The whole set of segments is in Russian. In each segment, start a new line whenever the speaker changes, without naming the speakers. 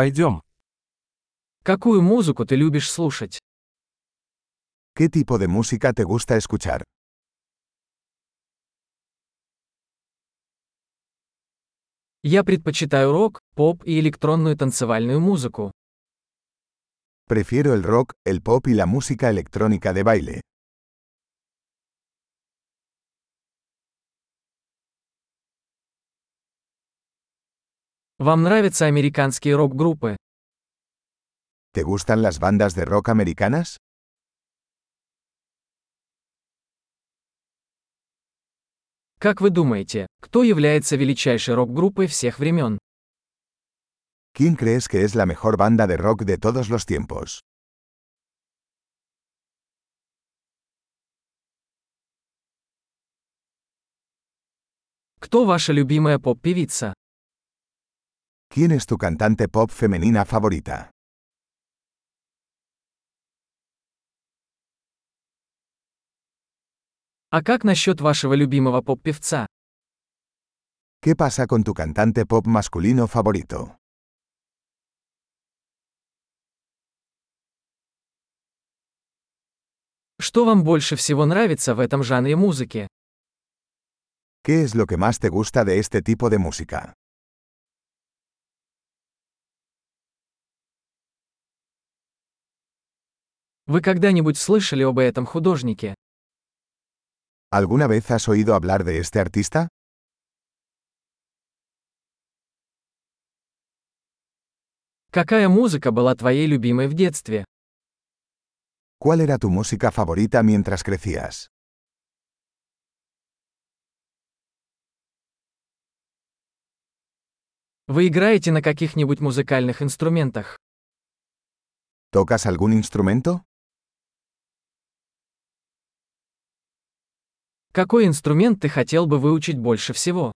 Пойдем.
Какую музыку ты любишь слушать?
¿Qué tipo de música te gusta escuchar?
Я предпочитаю рок, поп и электронную танцевальную музыку.
Prefiero el rock, el pop y la música electrónica de baile.
Вам нравятся американские рок-группы?
¿Te gustan las bandas de rock americanas?
Как вы думаете, кто является величайшей рок-группой всех времен?
¿Quién crees que es la mejor banda de rock de todos los tiempos?
Кто ваша любимая поп-певица?
¿Quién es tu cantante pop femenina favorita?
А как насчет вашего любимого поп-певца?
¿Qué pasa con tu cantante pop masculino favorito?
Что вам больше всего нравится в этом жанре музыки?
¿Qué es lo que más te gusta de este tipo de música?
Вы когда-нибудь слышали об этом художнике?
¿Alguna vez has oído hablar de este artista?
Какая музыка была твоей любимой в детстве?
¿Cuál era tu música favorita mientras crecías?
Вы играете на каких-нибудь музыкальных инструментах?
¿Tocas algún instrumento?
Какой инструмент ты хотел бы выучить больше всего?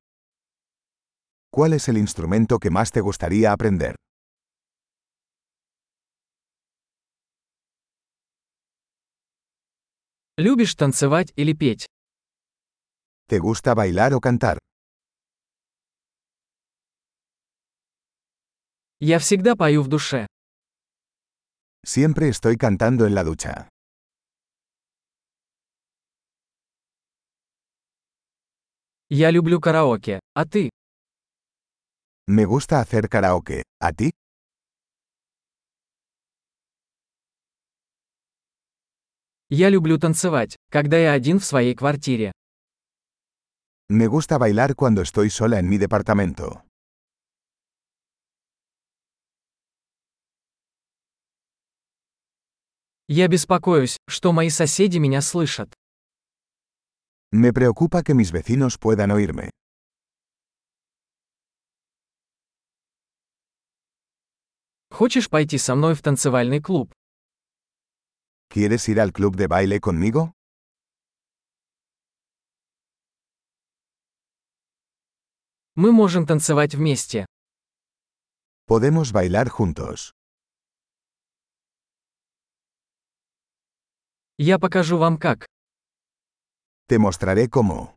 ¿Cuál es el instrumento que más te gustaría aprender?
Любишь танцевать или петь?
¿Te gusta bailar o cantar?
Я всегда пою в душе.
Siempre estoy cantando en la ducha.
Я люблю караоке. А ты?
Me gusta hacer karaoke. ¿A ti?
Я люблю танцевать, когда я один в своей квартире.
Me gusta bailar cuando estoy sola en mi departamento.
Я беспокоюсь, что мои соседи меня слышат.
Me preocupa que mis vecinos puedan oírme.
Хочешь пойти со мной в танцевальный клуб?
¿Quieres ir al club de baile conmigo?
Мы можем танцевать вместе.
Podemos bailar juntos.
Я покажу вам как.
Te mostraré cómo.